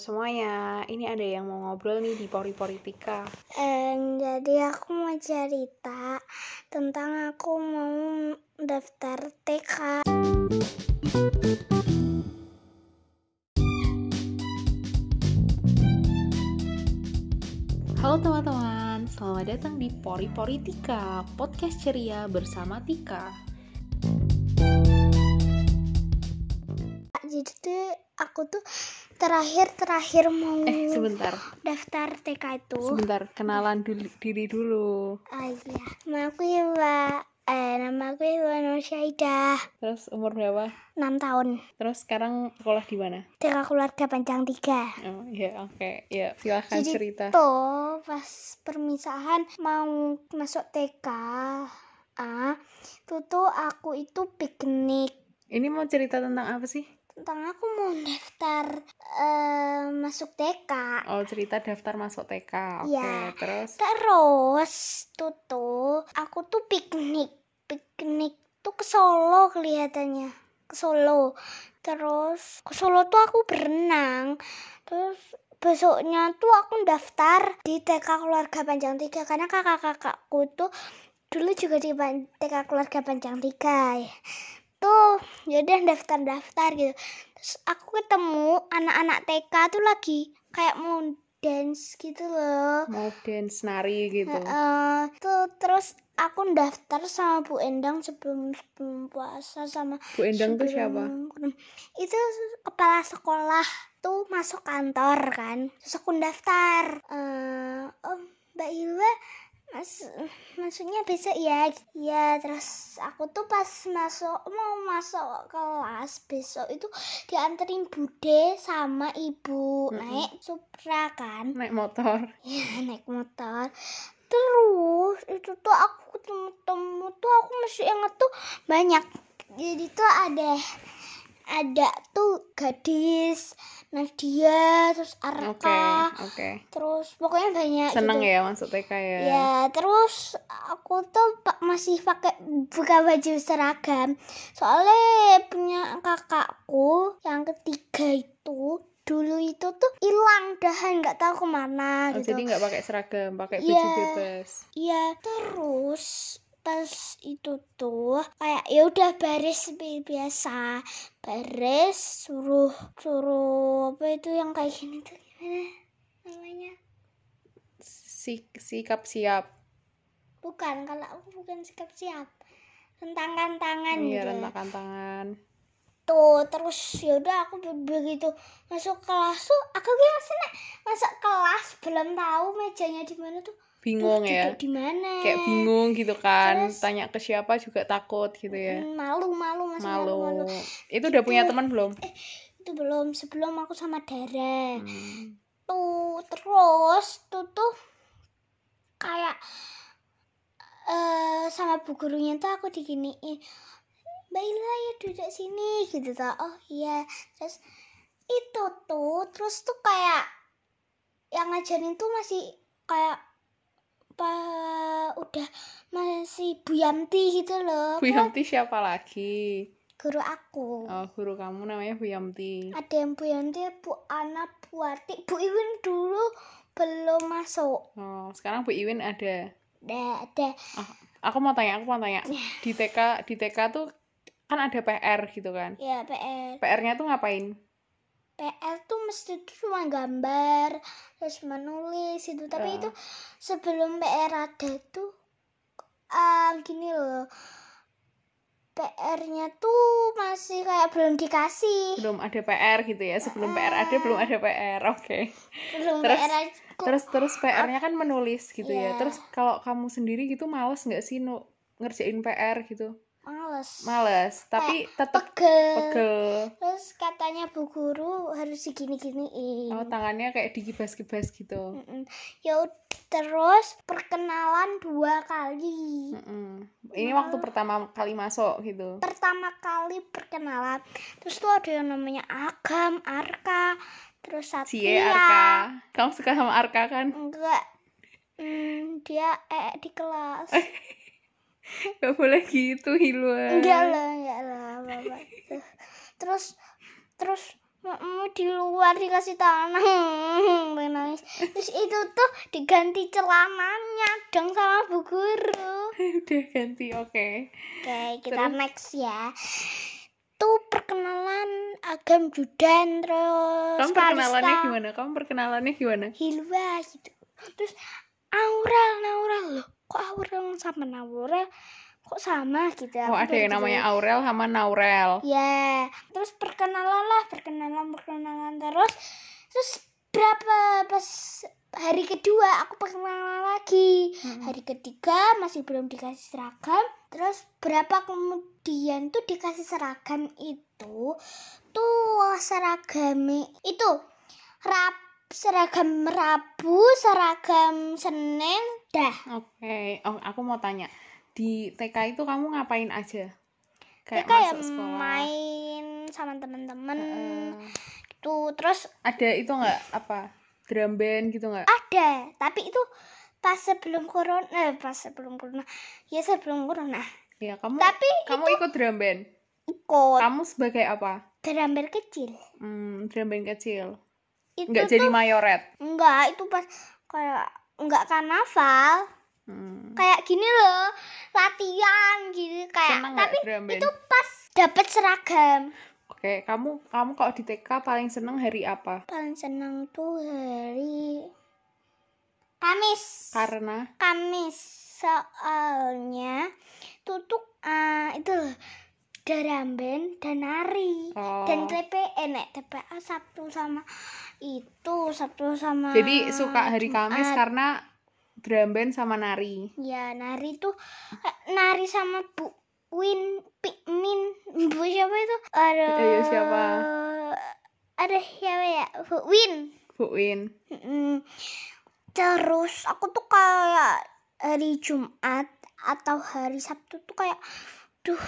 semuanya. Ini ada yang mau ngobrol nih di Pori Politika. Eh, jadi aku mau cerita tentang aku mau daftar TK. Halo teman-teman, selamat datang di Pori Politika, podcast ceria bersama Tika. Jadi tuh aku tuh terakhir-terakhir mau Eh, sebentar, daftar TK itu. sebentar. Kenalan dulu- diri dulu. Oh iya, nama aku Iwa. Eh, nama aku Iwa Nur Syahidah. Terus umur berapa? 6 tahun. Terus sekarang sekolah di mana? TK keluarga panjang 3. Oh, ya oke. Ya, silahkan Jadi cerita. Tuh pas permisahan mau masuk TK ah tuh tuh aku itu piknik Ini mau cerita tentang apa sih? tentang aku mau daftar eh, masuk TK Oh, cerita daftar masuk TK. Oke, Iya. terus terus tuh tuh aku tuh piknik piknik tuh ke Solo kelihatannya ke Solo terus ke Solo tuh aku berenang terus besoknya tuh aku daftar di TK keluarga panjang tiga karena kakak-kakakku tuh dulu juga di Pan- TK keluarga panjang tiga ya tuh jadi daftar-daftar gitu terus aku ketemu anak-anak TK tuh lagi kayak mau dance gitu loh mau dance nari gitu. Heeh. tuh terus aku daftar sama Bu Endang sebelum sebelum puasa sama Bu Endang tuh siapa? sebelum- Itu kepala sekolah tuh masuk kantor kan. Terus aku daftar. Eh, oh, Mbak Iwa mas maksudnya besok ya ya terus aku tuh pas masuk mau masuk kelas besok itu dianterin bude sama ibu Mm-mm. naik supra kan Naik motor. ya naik motor terus itu tuh aku ketemu temu tuh aku masih inget tuh banyak jadi tuh ada ada tuh gadis Nadia terus Arka Oke, oke. terus pokoknya banyak Seneng gitu. ya masuk TK ya. Ya, terus aku tuh pa- masih pakai buka baju seragam. Soalnya punya kakakku yang ketiga itu dulu itu tuh hilang dahan nggak tahu Oh, kemana gitu. Jadi nggak pakai seragam, pakai Iya. baju bebas. Iya, terus pas itu tuh kayak ya udah baris bi- biasa baris suruh suruh apa itu yang kayak gini tuh gimana namanya Si- sikap siap. bukan kalau aku bukan sikap siap rentangkan tangan Iya, gitu rentakan tangan. tuh terus yaudah aku be- begitu masuk kelas tuh aku kira sana masuk kelas belum tahu mejanya di mana tuh Bingung Duh, ya. duduk di mana Kayak bingung gitu kan. Gitu Terus- Tanya ke siapa juga takut gitu ya. Hmm, malu malu masih eh, malu, malu. Malu. Itu udah punya teman belum? itu belum sebelum aku sama Dara Hmm. tuh terus tuh tuh kayak eh sama bu gurunya tuh aku diginiin Mbak Ila ya duduk sini gitu tuh oh iya terus itu tuh terus tuh kayak yang ngajarin tuh masih kayak apa udah masih Bu Yamti gitu loh Bu Yamti siapa lagi? guru aku Oh, guru kamu namanya Bu Yamti. ada yang Bu Yanti, Bu Ana, Bu Ati, Bu Iwin dulu belum masuk. Oh, sekarang Bu Iwin ada. Ada, ada. Aku mau tanya, aku mau tanya. Iya. Di TK, di TK tuh kan ada PR gitu kan. Ya PR. PR-nya tuh ngapain? PR tuh mesti itu cuma gambar, terus menulis itu. Ya. Tapi itu sebelum PR ada tuh eh, gini loh. PR-nya tuh masih kayak belum dikasih. Belum ada PR gitu ya. Sebelum Ah. PR ada, belum ada PR. Oke. Belum Terus- PR aku. Terus terus PR-nya kan menulis gitu ya. Iya. Terus kalau kamu sendiri gitu males nggak sih Nu, ngerjain PR gitu? males. Males, tapi tetap Pegel. pegel. Terus katanya bu guru harus digini-giniin. Oh, tangannya kayak dikibas-kibas gitu. Mm-mm. Ya ud- terus perkenalan dua kali. Mm-mm. Ini Iya. waktu pertama kali masuk gitu. Pertama kali perkenalan, terus tuh ada yang namanya Agam, Arka, terus Cie Satria. Arka. Kamu suka sama Arka kan? Enggak. Hmm, dia eh di kelas. Mm. Gak boleh gitu Hilwa. enggak lah, enggak lah, apa-apa. Terus terus Mm-mm, di luar dikasih tanah Hmm, pengen nangis terus itu tuh diganti celananya dong sama bu guru Udah ganti, oke. oke kita Terus? next ya tuh perkenalan agam judan terus Kamu perkenalannya Kalista. gimana? Kamu perkenalannya gimana? Hilwa gitu terus Aurel Aurel loh kok Aurel sama Naurel kok sama gitu Oh, ada yang namanya Aurel sama Naurel. ya terus perkenalan lah perkenalan perkenalan terus terus berapa pas hari kedua aku perkenalan lagi Hmm. hari ketiga masih belum dikasih seragam terus berapa kemudian tuh dikasih seragam itu tuh seragam itu rap seragam Rabu seragam Senin dah Oke, oh, aku mau tanya. Di TK itu kamu ngapain aja? Kayak kayak masuk sekolah. ya, main sama temen-temen Heeh. tuh terus Ada itu nggak apa? Drum band gitu nggak? ada tapi itu pas sebelum corona eh, pas sebelum corona ya sebelum corona Iya, kamu tapi kamu ikut drum band. ikut Kamu sebagai apa? gambar kecil Hmm, drum band kecil. itu Nggak jadi mayoret. enggak itu pas kayak enggak karnaval Hmm. kayak gini loh latihan gitu kayak Seneng nggak tapi drum band? itu pas dapat seragam Oke, kamu kamu kalau di TK paling seneng hari apa? paling senang tuh hari Kamis Karena Kamis soalnya tutup eh itu loh daramben dan nari oh, dan TPN nek TPA Sabtu sama itu Sabtu sama jadi suka hari Kamis kan? Jumat. karena drum band sama nari. ya nari tuh eh, nari sama Bu Win Pikmin Bu siapa itu ada Ayo, Iya, siapa? ada siapa ya Bu Win Bu Win. Mm-mm. Terus aku tuh kayak hari Jumat atau hari Sabtu tuh kayak duh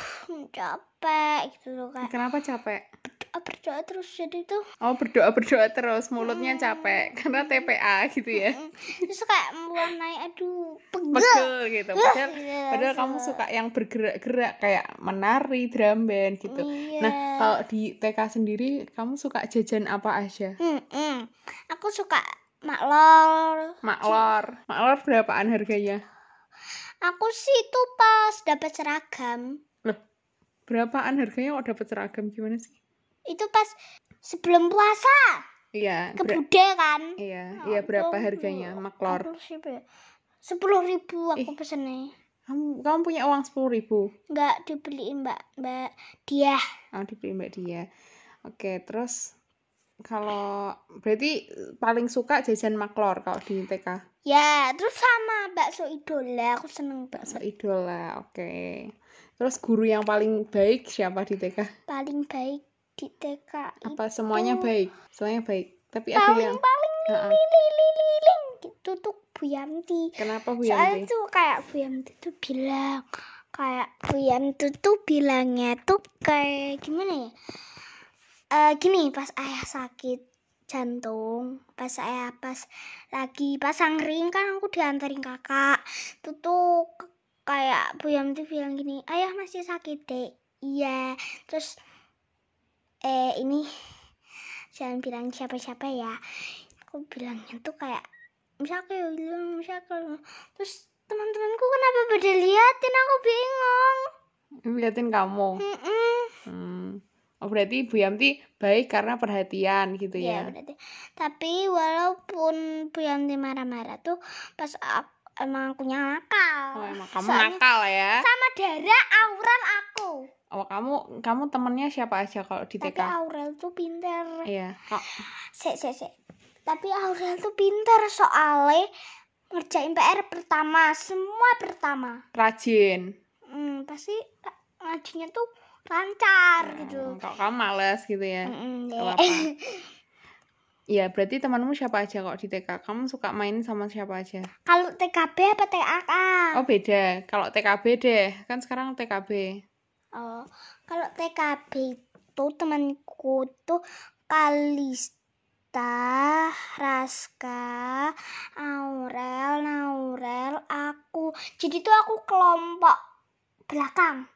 capek gitu loh kayak Kenapa capek? berdoa, berdoa terus jadi tuh Oh berdoa berdoa terus mulutnya capek karena TPA gitu ya mm, terus kayak mulai aduh pegel. pegel gitu Ugh, padahal, gitu. padahal kamu suka yang bergerak-gerak kayak menari drum band gitu Iya. nah kalau di TK sendiri kamu suka jajan apa aja Mm-mm. Aku suka maklor. maklor maklor berapaan harganya Aku sih tuh pas dapat seragam berapaan harganya kok dapat seragam gimana sih itu pas sebelum puasa iya ke ber- Bude kan. iya iya berapa harganya maklor Sepuluh ribu Ih. aku pesennya. kamu kamu punya uang sepuluh ribu Nggak dibeliin mbak mbak dia. Oh, dibeli Mbak Dia. Oke, terus kalau berarti paling suka jajan maklor kalau di TK. Ya terus sama bakso idola aku seneng Bakso bakso idola. Oke. Terus guru yang paling baik siapa di TK? paling baik di TK itu Apa semuanya baik? Semuanya baik. Tapi ada paling yang paling Ha-ha. lilililing gitu tuh Bu Yanti. Kenapa Bu Soalnya Yanti? tuh kayak Bu Yanti tuh bilang kayak Bu Yanti tuh bilangnya tuh kayak gimana ya? Eh gini pas ayah sakit jantung, pas ayah pas lagi pasang ring kan aku diantarin kakak. Tuh tuh ke- kayak Bu Yanti bilang gini, "Ayah masih sakit, Dek." Iya. Terus eh ini jangan bilang siapa-siapa ya. Aku bilangnya tuh kayak misalnya kayak bilang misalnya kalau terus teman-temanku kenapa pada liatin aku bingung Ngeliatin kamu. Mm-mm. Hmm. Oh, berarti Bu Yanti baik karena perhatian gitu ya. ya berarti tapi walaupun Bu Yanti marah-marah tuh pas aku, emang aku nakal Oh, emang kamu Soalnya nakal ya. sama darah Aurel aku Oh, kamu kamu temennya siapa aja kalau di tapi TK? Aurel tuh pinter Gitu Iya. Kok sek sek sek tapi Aurel tuh pinter soalnya ngerjain PR pertama semua pertama rajin. hmm, pasti ngajinya tuh lancar gitu Hmm, Kalau kamu males gitu ya. Mm-mm, Gak deh. apa-apa. Iya, berarti temanmu siapa aja kok di TK? Kamu suka main sama siapa aja? Kalau TKB apa TAK? Oh, beda. Kalau TKB deh, kan sekarang TKB. Oh, kalau TKB itu temanku tuh Kalista, Raska, Aurel, Naurel, aku. Jadi tuh aku kelompok belakang.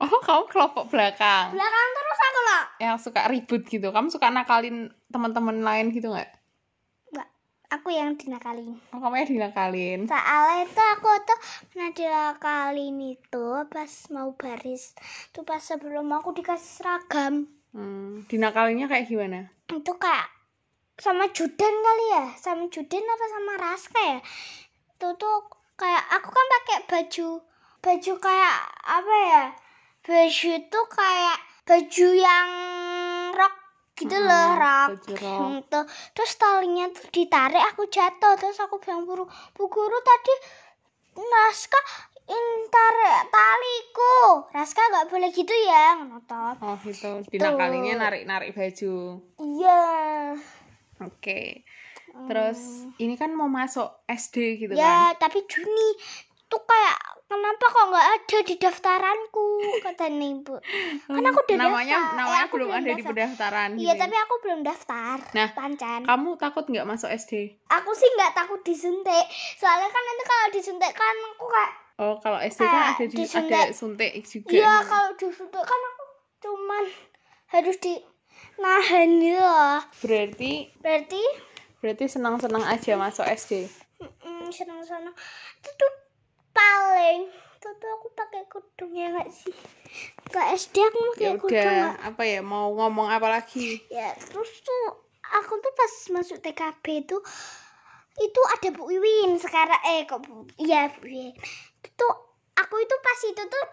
Oh, kamu kelompok belakang Belakang terus aku lah. yang suka ribut gitu. Kamu suka nakalin teman-teman lain gitu nggak? Aku yang dinakalin. Oh, kamu yang dinakalin. Soalnya itu aku tuh pernah dinakalin itu pas mau baris. Tuh pas sebelum aku dikasih seragam. Hmm, dinakalinnya kayak gimana? Itu kayak sama Juden kali ya. Sama Juden apa sama Raska ya? Itu tuh kayak aku kan pakai baju baju kayak apa ya? Baju itu kayak baju yang rok gitu Mm-mm, loh, rok. baju rok. Hmm, tuh. Terus talinya tuh ditarik aku jatuh terus aku bilang guru bu guru tadi Raska intarik taliku Raska nggak boleh gitu ya ngono toh. Oh, gitu. Dinakalinnya narik-narik baju. iya Oke. Terus ini kan mau masuk SD gitu kan. Oh. ya tapi Juni tuh kayak kenapa kok nggak ada di daftaranku kata ibu kan aku udah Hmm, namanya daftar. Eh, namanya aku belum belum ada di daftar. pendaftaran. iya gitu. tapi aku belum daftar Nah. pancen kamu takut nggak masuk SD? aku sih nggak takut disuntik soalnya kan nanti kalau disuntik kan aku kayak Oh, kalau SD kan Kayak ada di, ada disuntik. suntik juga. Iya kalau disuntik kan aku cuman harus di nahan gitu loh. Berarti Berarti berarti senang-senang aja masuk SD. mm, senang-senang itu tuh paling itu tuh aku pakai kerudung ya nggak sih? Ke SD aku Ya pakai kerudung nggak? udah, apa ya mau ngomong apa lagi? Ya terus tuh aku tuh pas masuk TKB tuh itu ada Bu Iwin sekarang eh kok Bu iya Bu Iwin itu aku itu pas itu tuh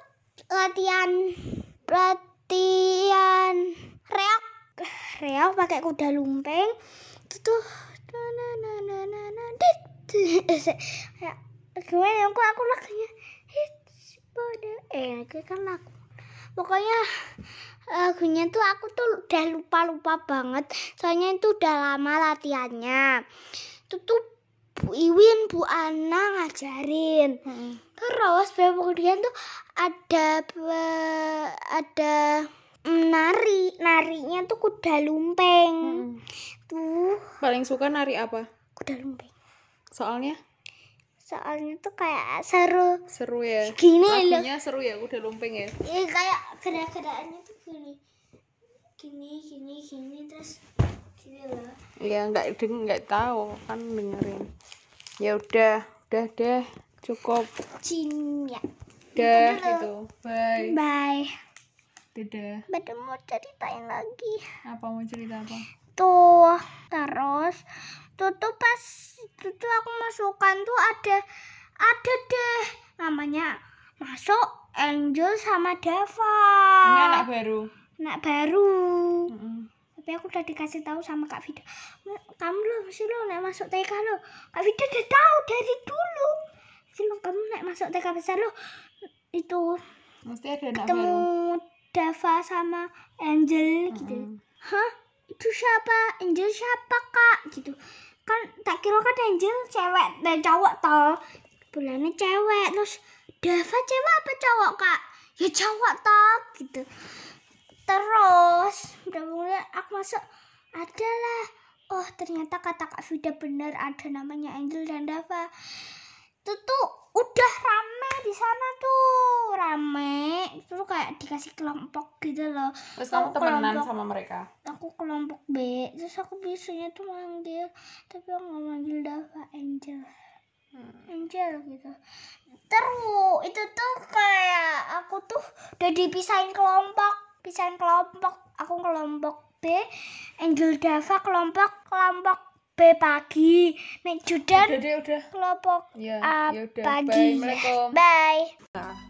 latihan latihan reok reok pakai kuda lumping itu tuh na na na na na na dit dit. ya gimana ya, aku aku lagunya hits pada eh itu kan lagu pokoknya lagunya tuh aku tuh udah lupa lupa banget soalnya itu udah lama latihannya itu tuh Bu Iwin Bu Ana ngajarin Terus kemudian tuh ada be- ada menari, narinya tuh kuda lumping. Mm-mm. Hmm. Tuh, Paling suka nari apa? kuda lumping. Soalnya Soalnya tuh kayak seru seru ya. gini loh. Lagunya seru ya, udah lumping ya. Iya kayak gerak-gerakannya tuh gini. Gini, gini, gini terus gini loh. Ya nggak deng nggak tahu kan dengerin. Ya udah, udah deh, cukup. Jin ya. Dah Udah. gitu. Bye. Bye. Dadah. Beda mau ceritain lagi. Apa mau cerita apa? tuh terus tuh tuh pas itu tuh aku masukkan tuh ada ada deh namanya masuk Angel sama Dava Ini anak baru. anak baru Mm-mm. tapi aku udah dikasih tahu sama Kak Vida kamu loh sih lo naik masuk TK lo Kak Vida udah tahu dari dulu sih lo kamu naik masuk TK besar lo itu Mesti ada anak baru. ketemu Dava sama Angel gitu Mm-mm. hah itu siapa Angel siapa kak gitu kan tak kira kan Angel cewek dan cowok toh bulannya cewek terus Dava cewek apa cowok kak ya cowok toh gitu terus udah mulai aku masuk adalah oh ternyata kata kak Vida benar ada namanya Angel dan Dava itu tuh udah rame di sana tuh rame itu tuh kayak dikasih kelompok gitu loh Terus kamu Aku temenan kelompok. sama mereka. aku kelompok B terus aku biasanya tuh manggil tapi aku nggak manggil Dava Angel Hmm. Angel gitu terus itu tuh kayak aku tuh udah dipisahin kelompok pisahin kelompok aku kelompok B Angel Dava kelompok kelompok B pagi Nek Judan Udah deh, udah. kelompok Ya, A ya udah. Bye. pagi Assalamualaikum. bye Nah.